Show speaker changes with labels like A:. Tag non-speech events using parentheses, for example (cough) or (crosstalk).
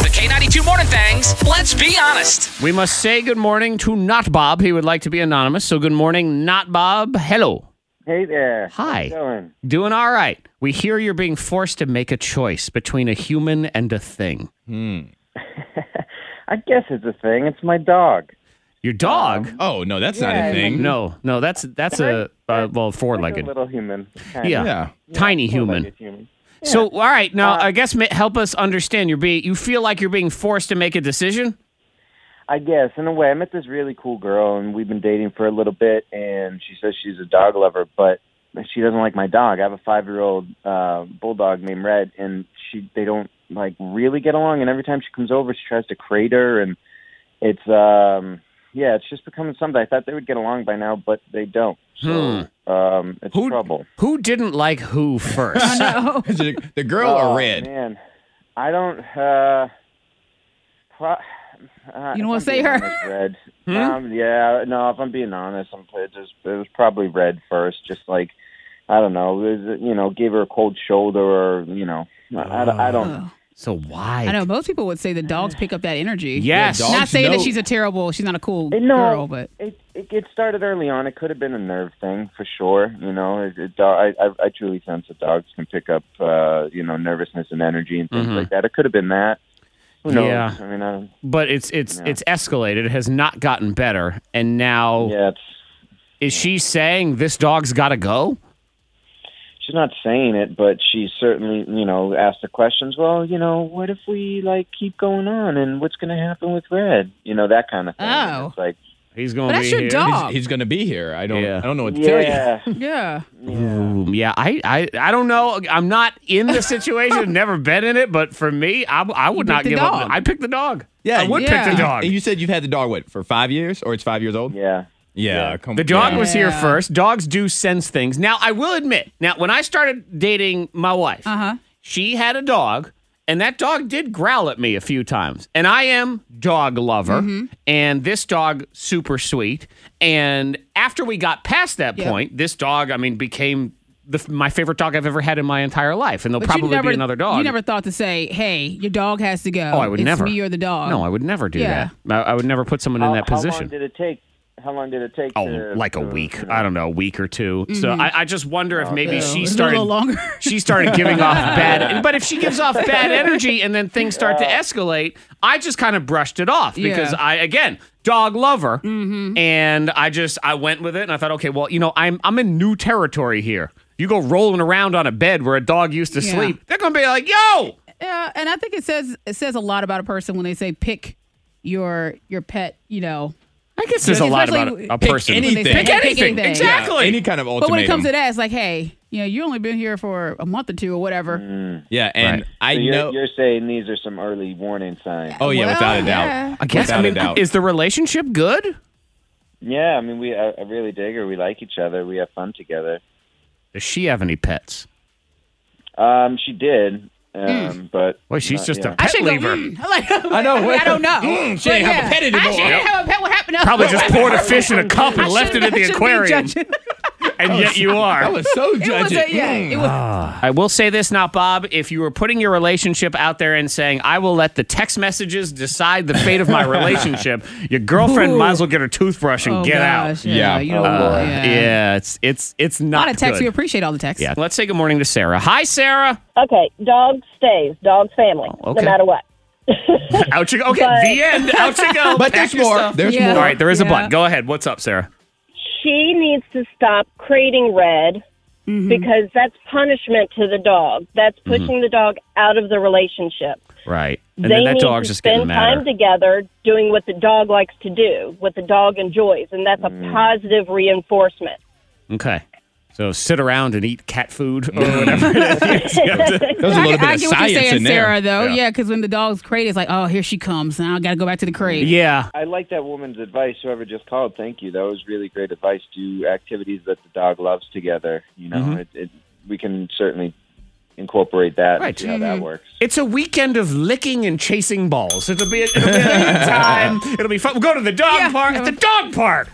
A: The K92 Morning Thangs, let's be honest.
B: We must say good morning to Not Bob. He would like to be anonymous. So good morning, Not Bob. Hello.
C: Hey there.
B: Hi.
C: How's it going?
B: Doing all right. We hear you're being forced to make a choice between a human and a thing.
C: I guess it's a thing. It's my dog.
B: Your dog?
C: Mm-hmm.
D: Oh no, that's not
C: Yeah,
D: a thing.
B: no, no, that's that's a uh, well
C: Like
B: four-legged.
C: a little human. kind
B: (laughs)
C: of.
B: yeah.
D: Yeah.
B: Tiny human.
C: Four-legged Uh, human.
B: So all right, now I guess ma- help us understand. You're being you feel like you're being forced to make a decision.
C: I guess in a way, I met this really cool girl, and we've been dating for a little bit, and she says she's a dog lover, but she doesn't like my dog. I have a five-year-old uh, bulldog named Red, and she they don't like really get along. And every time she comes over, she tries to crate her, and it's um yeah, it's just becoming something. I thought they would get along by now, but they don't. So um, it's
B: Hmm. Who-
C: trouble.
B: Who didn't like who first? (laughs)
E: (laughs)
D: Is it the girl or red?
C: Oh, Man, I don't. Uh, pro- uh,
E: You don't
C: if
E: wanna
C: I'm
E: say
C: being
E: her.
C: honest, Red. Um, yeah, no. If I'm being honest, I'm, it, just, it was probably red first. Just like I don't know, it was, you know, gave her a cold shoulder, or you know, I, I don't- I
E: Uh.
C: don't.
B: so why?
E: I know most people would say the dogs pick up that energy.
B: Yes.
D: Yeah,
E: Not
D: dogs
E: saying that
D: know.
E: she's a terrible, she's not a cool
C: It- no,
E: girl, but
C: it, it it started early on. It could have been a nerve thing for sure. You know, it, it, I, I I truly sense that dogs can pick up uh, you know nervousness and energy and things like that. It could have been that. Who knows?
B: Yeah.
C: I mean, I don't,
B: But it's it's it's escalated. It has not gotten better. And now
C: yeah, it's.
B: is she saying this dog's got to go?
C: she's not saying it, but she certainly, you know, asked the questions. Well, you know, what if we like keep going on, and what's going to happen with Red? You know, that kind of thing. And
E: Oh.
C: it's like,
B: He's going
E: but
B: to be
E: that's your
B: here.
E: dog.
D: He's gonna be here. I don't.
B: Yeah.
D: I don't know what to tell you.
B: (laughs)
C: yeah,
E: yeah.
B: Ooh, yeah, I, I, I don't know. I'm not in
E: (laughs)
B: the situation. never been in it. But for me, I, I would
E: You
B: not
E: picked the
B: give
E: dog.
B: up. I pick the dog. I would
E: Yeah.
B: pick the dog.
D: And you said you've had the dog what for five years or it's five years old?
C: yeah.
D: Yeah. Come,
B: The dog
D: yeah.
B: was here
E: Yeah.
B: first. Dogs do sense things. Now, I will admit, now, when I started dating my wife,
E: Uh-huh.
B: she had a dog, and that dog did growl at me a few times. And I am dog lover,
E: Mm-hmm.
B: and this dog, super sweet. And after we got past that
E: Yep.
B: point, this dog, I mean, became the, my favorite dog I've ever had in my entire life. And there'll
E: But
B: probably
E: you never,
B: be another dog.
E: You never thought to say, "Hey, your dog has to go."
B: oh, I would
E: it's
B: never.
E: Me or the dog?
B: No, I would never do
E: Yeah.
B: that. I, I would never put someone in
C: How-
B: that
C: How long
B: position.
C: did it take? How long did it take?
B: Oh,
C: to-
B: like a
C: to-
B: week.
C: you know?
B: I don't know, a week or 2 So I, I just wonder
D: Oh,
B: if maybe
E: Ew.
B: she
D: (laughs)
E: It's
B: started
E: a Mm-hmm. little longer.
B: (laughs)
E: (laughs)
B: she started giving off bad. e, But if she gives off bad energy and then things start to escalate, I just kind of brushed it off because
E: Yeah. Mm-hmm.
B: I again dog lover, and I just I went with it and I thought, okay, well, you know, I'm I'm in new territory here. You go rolling around on a bed where a dog used to
E: Yeah.
B: sleep, they're gonna be like, yo.
E: yeah, and I think it says it says a lot about a person when they say pick your your pet. You know,
B: I guess there's a lot
E: Especially
B: about a, a
D: pick
B: person.
D: any-
E: when they say,
D: Anything.
E: "Hey,
B: Pick anything.
E: Yeah.
B: Exactly.
D: Any kind of ultimatum.
E: But when it comes to that, it's like, hey, you know, you only been here for a month or two or whatever.
B: Mm.
D: yeah, and
B: Right.
D: I
C: So you're,
D: know.
C: you're saying these are some early warning signs.
D: oh yeah,
E: Well,
D: without a doubt.
E: yeah.
B: I guess.
D: Without
B: I
D: a
B: mean,
D: doubt.
B: is the relationship good?
C: Yeah, I mean, we I, I really dig her. We like each other. We have fun together.
B: Does she have any pets?
C: Um, she did, um, but
B: Well, she's just a
E: I
B: pet
E: should go.
B: lever.
E: Mm. (laughs) Like,
D: I know.
E: I don't know.
D: Mm, she
E: But
D: ain't have a
E: yeah.
D: pet
E: I
D: anymore.
E: shouldn't
D: Yep.
E: have a pet. What happened? to- (laughs)
B: Probably just poured a fish in a cup
E: I
B: and left it at
E: shouldn't- I
B: the
E: shouldn't be
B: aquarium.
E: judging.
B: (laughs) And yet you
D: I
B: are.
D: was so
E: It was
D: judgy.
E: a, yeah,
D: Mm.
E: it was,
B: I will say this now, Bob. If you were putting your relationship out there and saying, I will let the text messages decide the fate of (laughs) my relationship, your girlfriend
E: Ooh.
B: might as well get her toothbrush and
E: oh,
B: get
E: gosh,
B: out.
E: Yeah,
D: Yeah.
E: you know,
B: Uh,
E: yeah.
B: yeah. it's it's it's
E: A
B: not
E: lot of texts. We
B: good.
E: appreciate all the texts.
B: yeah. Let's say good morning to Sarah. Hi, Sarah.
F: Okay, dog stays, dog family,
B: Oh, okay.
F: no matter what.
B: Oh, Out you go. Okay,
F: But-
B: the end. Out you go.
D: (laughs)
B: Pack
D: But there's
B: your
D: more.
B: stuff.
D: There's
E: Yeah.
D: more.
B: All right, there is
E: Yeah.
B: a but. Go ahead. What's up, Sarah?
F: She needs to stop crating Red because that's punishment to the dog. That's
B: Mm-hmm.
F: pushing the dog out of the relationship.
B: Right. And
F: they
B: then that
F: need
B: dog's
F: to
B: just getting
F: spend
B: madder.
F: time together doing what the dog likes to do, what the dog enjoys, and that's a
B: Mm.
F: positive reinforcement.
B: Okay. So sit around and eat cat food or whatever it is. (laughs) Yes, you have to-
D: There's a
E: I,
D: little
E: get-
D: bit
E: I
D: of
E: get what
D: science
E: you're saying,
D: in there.
E: Sarah, though.
B: Yeah.
E: Yeah, because when the dog's crate, it's like, oh, here she comes. Now I got to go back to the crate.
B: yeah.
C: I like that woman's advice. Whoever just called, thank you. That was really great advice. Do activities that the dog loves together. You know, it, it, we can certainly incorporate that
B: Right.
C: and see how that works.
B: It's a weekend of licking and chasing balls. It'll be a, it'll be a good time. It'll be fun. We'll go to the dog
E: Yeah.
B: park. At the dog park.